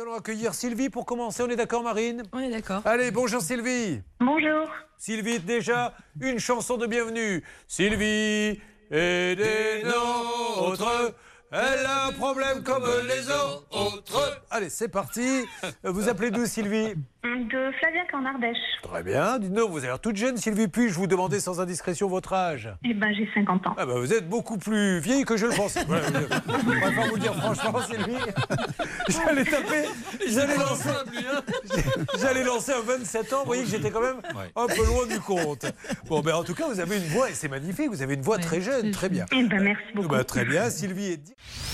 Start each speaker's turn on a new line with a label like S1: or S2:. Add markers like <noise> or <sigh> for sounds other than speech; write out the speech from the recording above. S1: allons accueillir Sylvie pour commencer. On est d'accord, Marine
S2: On est d'accord.
S1: Allez, bonjour Sylvie.
S3: Bonjour.
S1: Sylvie, déjà une chanson de bienvenue. Sylvie est des nôtres. Elle a un problème comme les autres. Allez, c'est parti. Vous appelez d'où, Sylvie
S3: De Flaviac en Ardèche.
S1: Très bien. Dites nous vous avez l'air toute jeune, Sylvie. Puis-je vous demander sans indiscrétion votre âge
S3: Eh ben, j'ai 50 ans.
S1: ah bah, Vous êtes beaucoup plus vieille que je le pensais. Voilà, vous- je préfère vous le dire franchement, Sylvie. J'allais taper, j'allais lancer, <laughs> j'allais lancer un 27 ans. Vous voyez que j'étais quand même un peu loin du compte. Bon, ben en tout cas, vous avez une voix, et c'est magnifique, vous avez une voix
S2: Ouais,
S1: très jeune,
S2: c'est
S1: très bien.
S3: Eh ben, merci beaucoup.
S1: Bah, très bien, Sylvie est...